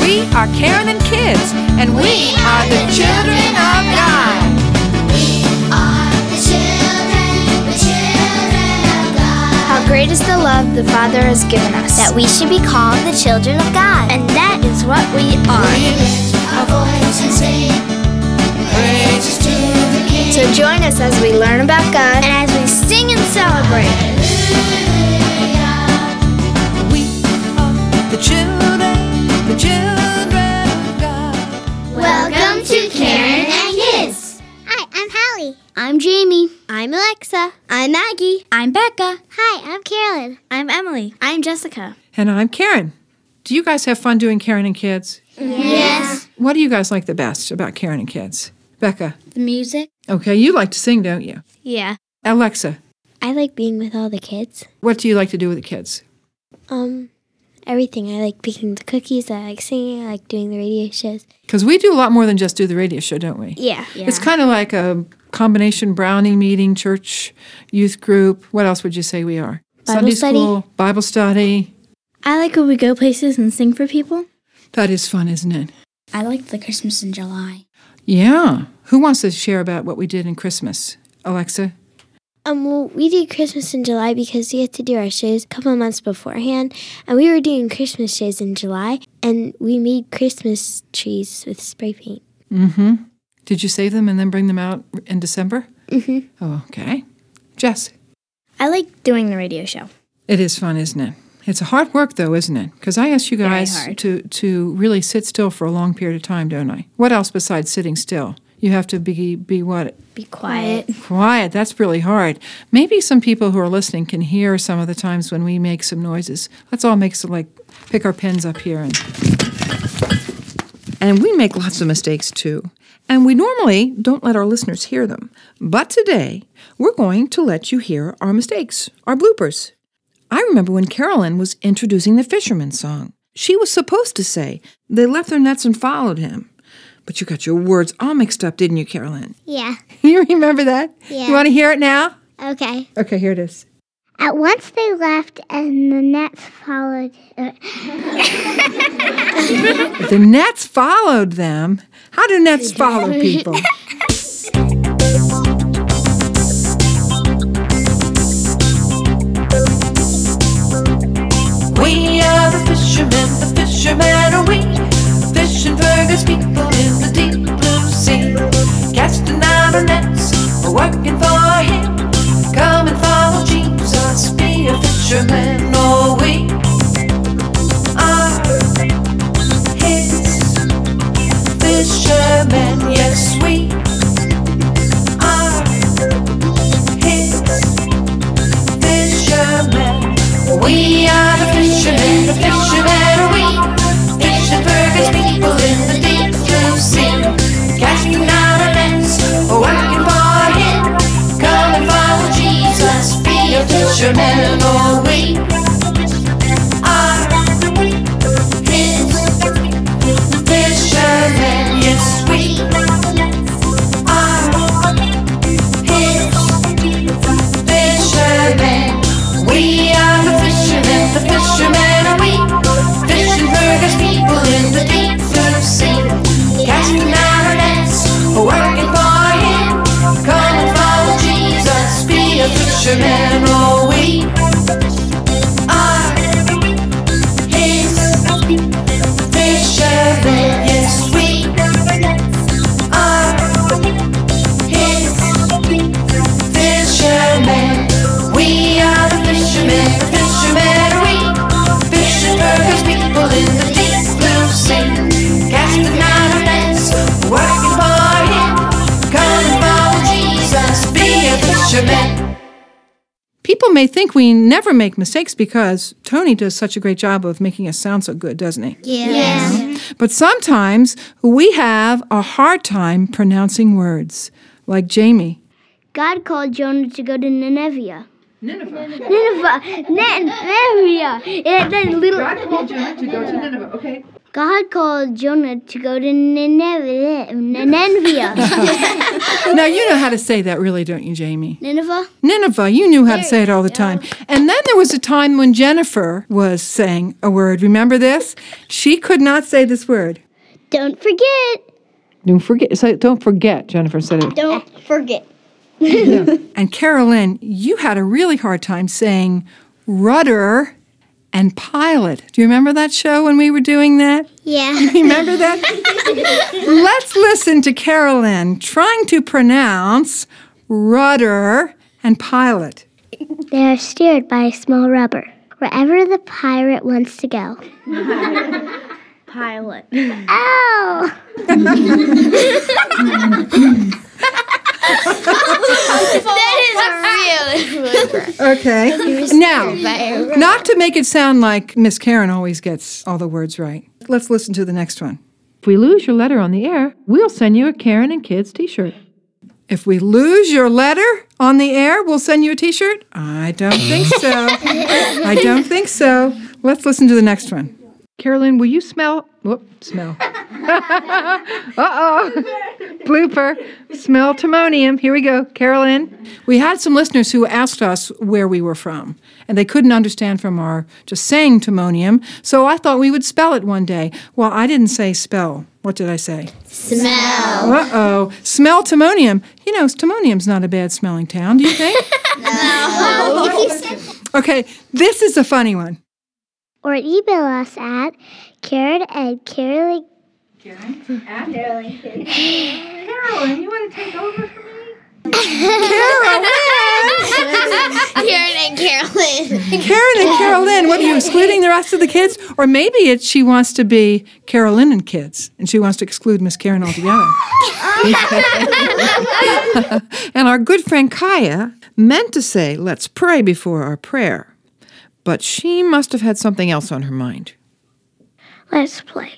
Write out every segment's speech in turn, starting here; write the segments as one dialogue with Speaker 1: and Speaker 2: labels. Speaker 1: We are Karen and Kids, and we, are the children of God.
Speaker 2: How great is the love the Father has given us
Speaker 3: that we should be called the children of God.
Speaker 2: and that is what we are. So join us as we learn about God and as we sing and celebrate.
Speaker 1: We are the children, the children of God.
Speaker 2: Welcome to Karen and Kids.
Speaker 3: Hi, I'm Hallie. I'm Jamie. I'm Alexa. I'm Maggie.
Speaker 4: I'm Becca.
Speaker 3: Hi, I'm Carolyn.
Speaker 4: I'm Emily.
Speaker 2: I'm Jessica.
Speaker 5: And I'm Karen. Do you guys have fun doing Karen and Kids? Yes. What do you guys like the best about Karen and Kids? Becca.
Speaker 4: The music.
Speaker 5: Okay, you like to sing, don't you?
Speaker 4: Yeah.
Speaker 5: Alexa,
Speaker 3: I like being with all the kids.
Speaker 5: what do you like to do with the kids?
Speaker 3: Um, everything. I like baking the cookies. I like singing. I like doing the radio shows.
Speaker 5: Because we do a lot more than just do the radio show, don't we?
Speaker 3: Yeah.
Speaker 5: It's kind of like a combination Browning meeting, church, youth group. What else would you say we are?
Speaker 3: Bible
Speaker 5: Sunday
Speaker 3: study.
Speaker 5: school, Bible study.
Speaker 4: I like when we go places and sing for people.
Speaker 5: That is fun, isn't it?
Speaker 4: I like the Christmas in July.
Speaker 5: Yeah. Who wants to share about what we did in Christmas? Alexa?
Speaker 3: Um, well, we did Christmas in July because we had to do our shows a couple of months beforehand, and we were doing Christmas shows in July, and we made Christmas trees with spray paint.
Speaker 5: Mm hmm. Did you save them and then bring them out in December?
Speaker 3: Mhm.
Speaker 5: Oh, okay. Jess,
Speaker 4: I like doing the radio show.
Speaker 5: it is fun, isn't it? It's hard work, though, isn't it? Because I ask you
Speaker 4: Very
Speaker 5: guys
Speaker 4: hard.
Speaker 5: to, to really sit still for a long period of time, don't I? What else besides sitting still? You have to be, be what?
Speaker 4: Be quiet.
Speaker 5: Quiet. That's really hard. Maybe some people who are listening can hear some of the times when we make some noises. Let's all make some, like, pick our pens up here and. And we make lots of mistakes too. And we normally don't let our listeners hear them. But today, we're going to let you hear our mistakes, our bloopers. I remember when Carolyn was introducing the fisherman song. She was supposed to say, They left their nets and followed him. But you got your words all mixed up, didn't you, Carolyn?
Speaker 3: Yeah.
Speaker 5: You remember that?
Speaker 3: Yeah.
Speaker 5: You want to hear it now?
Speaker 3: Okay.
Speaker 5: Okay, here it is.
Speaker 3: At once they left, and the nets followed.
Speaker 5: The nets followed them. How do nets follow people?
Speaker 1: We are the fishermen, the fishermen are we. Fishing for God's people in the deep blue sea. Casting out our nets, we're working for Him. Come and follow Jesus, be a fisherman, oh we are His fishermen, yes we are His fishermen. We are the fishermen, the fishermen are we. Fishing for God's people in the deep blue sea. Casting out our nets, working for Him. Come and follow Jesus, be a fisherman, oh we are His fishermen. Yes, we are His fishermen. We are the fishermen, the fishermen are we. Fishing for God's people in the deep blue sea. Casting out our nets, working for Him. Come and follow Jesus, be a fisherman, oh we are His fishermen. Yes, we are His fishermen. We are the fishermen, the fishermen are we. Fishing for God's people in the deep blue sea. Casting out our nets, working for Him. Come and follow Jesus, be a fisherman.
Speaker 5: People may think we never make mistakes because Tony does such a great job of making us sound so good, doesn't he?
Speaker 3: Yeah. yeah.
Speaker 5: But sometimes we have a hard time pronouncing words, like Jamie.
Speaker 3: God called Jonah to go to Nineveh. Nineveh. Nineveh. Nineveh. And then little.
Speaker 5: called Jonah to go to Nineveh. Okay.
Speaker 6: God called Jonah to go to Nineveh. Nineveh.
Speaker 5: Now, you know how to say that, really, don't you, Jamie?
Speaker 6: Nineveh?
Speaker 5: Nineveh, you knew how to say it all the time. And then there was a time when Jennifer was saying a word. Remember this? She could not say this word.
Speaker 6: Don't forget.
Speaker 5: Don't forget. So don't forget, Jennifer said it.
Speaker 6: Don't forget.
Speaker 5: And Carolyn, you had a really hard time saying rudder and pilot. Do you remember that show when we were doing that?
Speaker 2: Yeah.
Speaker 5: Remember that? Let's listen to Carolyn trying to pronounce rudder and pilot.
Speaker 6: They are steered by a small rubber, wherever the pirate wants to go.
Speaker 4: Pilot.
Speaker 6: Oh!
Speaker 5: Okay. Now, not to make it sound like Miss Karen always gets all the words right. Let's listen to the next one.
Speaker 7: If we lose your letter on the air, we'll send you a Karen and Kids t shirt.
Speaker 5: If we lose your letter on the air, we'll send you a t shirt? I don't think so. I don't think so. Let's listen to the next one.
Speaker 7: Carolyn, will you smell? Whoop, smell. uh oh. Blooper. Smell timonium. Here we go. Carolyn.
Speaker 5: We had some listeners who asked us where we were from, and they couldn't understand from our just saying timonium, so I thought we would spell it one day. Well, I didn't say spell. What did I say? Smell. Uh oh. Smell timonium. You know, timonium's not a bad smelling town, do you think? no. okay, this is a funny one.
Speaker 6: Or email us at Karen and Carolyn.
Speaker 2: Karen and Carolyn.
Speaker 5: Karen and Carolyn, what are you excluding the rest of the kids? Or maybe it's she wants to be Carolyn and kids, and she wants to exclude Miss Karen altogether. and our good friend Kaya meant to say, let's pray before our prayer, but she must have had something else on her mind.
Speaker 6: Let's play.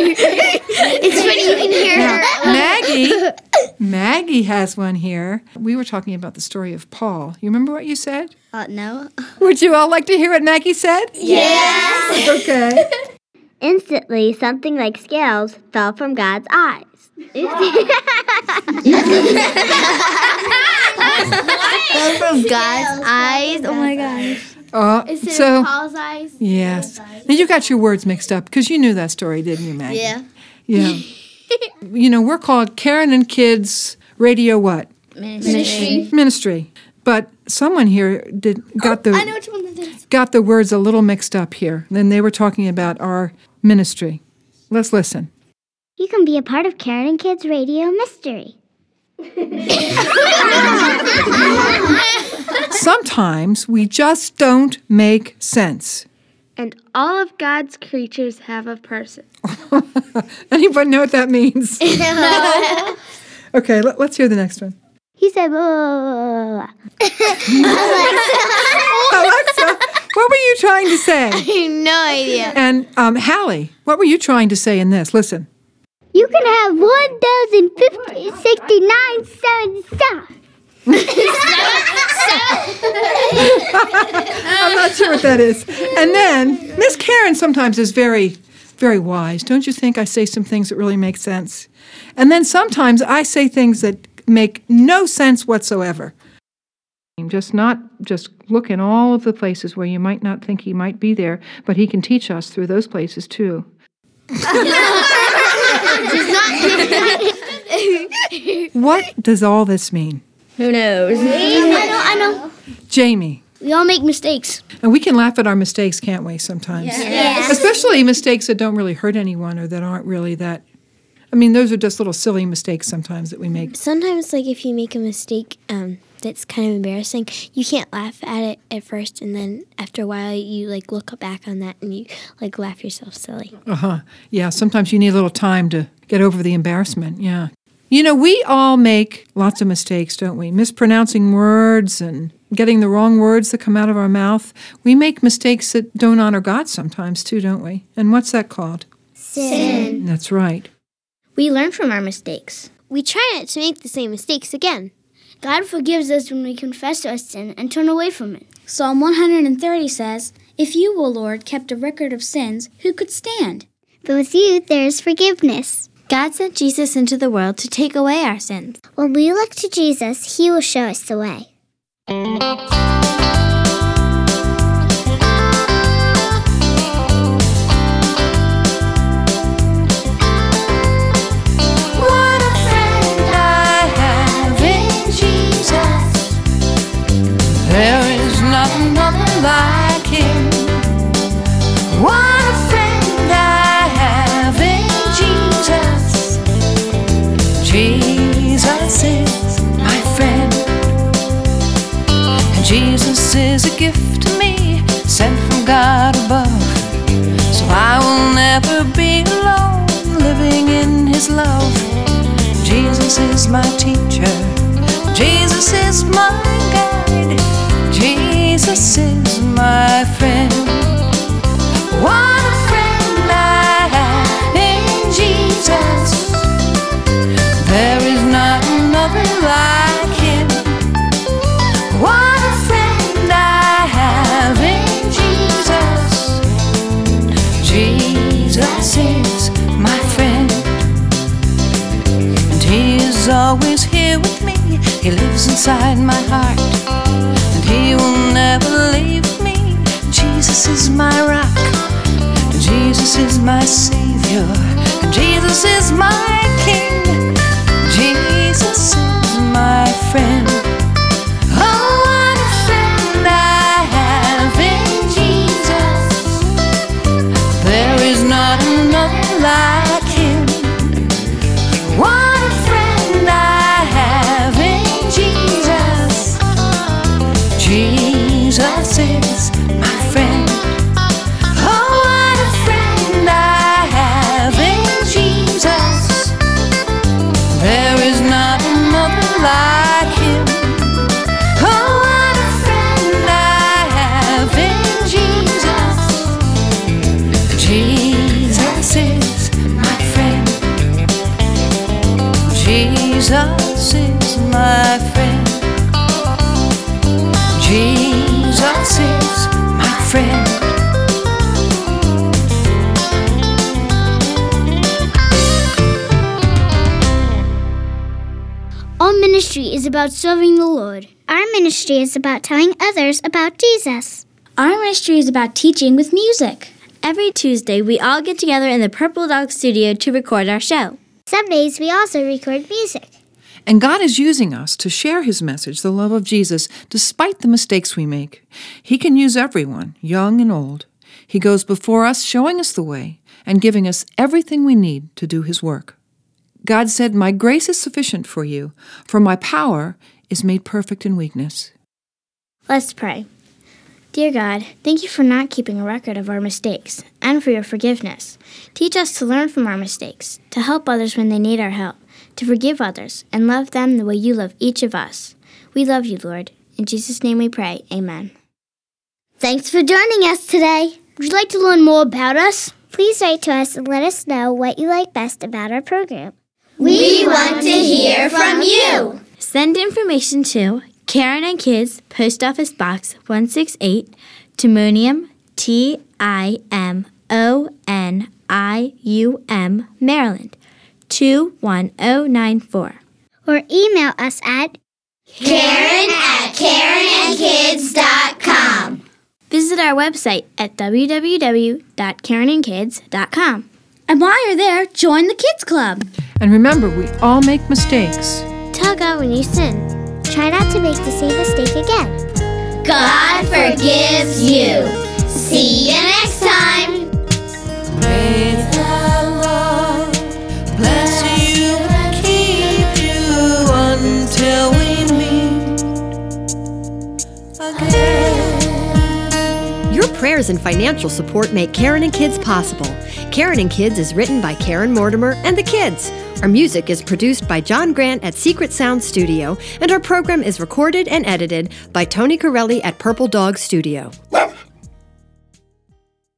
Speaker 2: It's funny you can hear her.
Speaker 5: Maggie, Maggie has one here. We were talking about the story of Paul. You remember what you said?
Speaker 4: Uh, no.
Speaker 5: Would you all like to hear what Maggie said? Yes. Okay.
Speaker 6: Instantly, something like scales fell from God's eyes.
Speaker 4: God's eyes. Oh my gosh.
Speaker 5: Uh, so,
Speaker 2: Paul's eyes.
Speaker 5: Yes. Now you got your words mixed up because you knew that story, didn't you, Maggie? Yeah. Yeah. you know, we're called Karen and Kids Radio what? Ministry. Ministry. But someone here did got the
Speaker 2: which one that is.
Speaker 5: got the words a little mixed up here. Then they were talking about our ministry. Let's listen.
Speaker 6: You can be a part of Karen and Kids Radio Mystery.
Speaker 5: Sometimes we just don't make sense.
Speaker 8: And all of God's creatures have a person.
Speaker 5: Anybody know what that means? okay, let, let's hear the next one.
Speaker 6: He said, blah, blah, blah, blah,
Speaker 5: Alexa, what were you trying to say?
Speaker 2: No idea.
Speaker 5: And um, Hallie, what were you trying to say in this? Listen.
Speaker 6: You can have 1,050, 69, 77.
Speaker 5: I'm not sure what that is. And then Miss Karen sometimes is very, very wise. Don't you think I say some things that really make sense? And then sometimes I say things that make no sense whatsoever.
Speaker 7: Just not, just look in all of the places where you might not think he might be there, but he can teach us through those places too.
Speaker 5: What does all this mean?
Speaker 4: Who knows?
Speaker 2: I know, I know.
Speaker 5: Jamie.
Speaker 2: We all make mistakes.
Speaker 5: And we can laugh at our mistakes, can't we, sometimes? Especially mistakes that don't really hurt anyone or that aren't really that. I mean, those are just little silly mistakes sometimes that we make.
Speaker 3: Sometimes, like if you make a mistake um, that's kind of embarrassing, you can't laugh at it at first, and then after a while, you like look back on that and you like laugh yourself silly.
Speaker 5: Uh-huh. Yeah, sometimes you need a little time to get over the embarrassment. Yeah. You know, we all make lots of mistakes, don't we? Mispronouncing words and getting the wrong words that come out of our mouth. We make mistakes that don't honor God sometimes, too, don't we? And what's that called? Sin. That's right.
Speaker 4: We learn from our mistakes.
Speaker 3: We try not to make the same mistakes again.
Speaker 6: God forgives us when we confess our sin and turn away from it.
Speaker 4: Psalm 130 says, If you, O Lord, kept a record of sins, who could stand?
Speaker 6: But with you, there is forgiveness.
Speaker 2: God sent Jesus into the world to take away our sins.
Speaker 6: When we look to Jesus, He will show us the way.
Speaker 1: What a friend I have in Jesus. There is nothing, nothing like him. What a friend I have in Jesus. Jesus is my friend. And Jesus is a gift to me, sent from God above. So I will never be alone living in his love. Jesus is my teacher. Jesus is my guide. Jesus is my friend. What a friend I have in Jesus. There is not another like him. What a friend I have in Jesus. Jesus is my friend, and He is always here with me. He lives inside my heart, and He will never leave me. Jesus is my rock, and Jesus is my Savior, and Jesus is my King. Jesus is my friend. Oh, what a friend I have in Jesus. There is not another like him. What a friend I have in Jesus. Jesus is my friend. Oh, what a friend I have in Jesus. There is not another like him. Oh, what a friend I have in Jesus. Jesus is my friend. Jesus is my friend. Jesus is my friend.
Speaker 6: All ministry is about serving the Lord. Our ministry is about telling others about Jesus.
Speaker 4: Our ministry is about teaching with music.
Speaker 2: Every Tuesday, we all get together in the Purple Dog studio to record our show.
Speaker 6: Some days we also record music.
Speaker 5: And God is using us to share His message, the love of Jesus, despite the mistakes we make. He can use everyone, young and old. He goes before us, showing us the way and giving us everything we need to do His work. God said, My grace is sufficient for you, for my power is made perfect in weakness.
Speaker 4: Let's pray. Dear God, thank you for not keeping a record of our mistakes and for your forgiveness. Teach us to learn from our mistakes, to help others when they need our help, to forgive others, and love them the way you love each of us. We love you, Lord. In Jesus' name we pray. Amen.
Speaker 6: Thanks for joining us today. Would you like to learn more about us? Please write to us and let us know what you like best about our program. We want to hear from you.
Speaker 2: Send information to Karen and Kids, Post Office Box 168, Timonium, T I M O N I U M, Maryland 21094.
Speaker 6: or email us at
Speaker 2: Visit our website at www.karenandkids.com.
Speaker 4: And while you're there, join the Kids Club.
Speaker 5: And remember, we all make mistakes.
Speaker 6: Tell God when you sin. Try not to make the same mistake again. God forgives you. See you next time.
Speaker 1: May the Lord bless you and keep you until we meet again.
Speaker 9: Your prayers and financial support make Karen and Kids possible. Karen and Kids is written by Karen Mortimer and the kids. Our music is produced by John Grant at Secret Sound Studio, and our program is recorded and edited by Tony Corelli at Purple Dog Studio.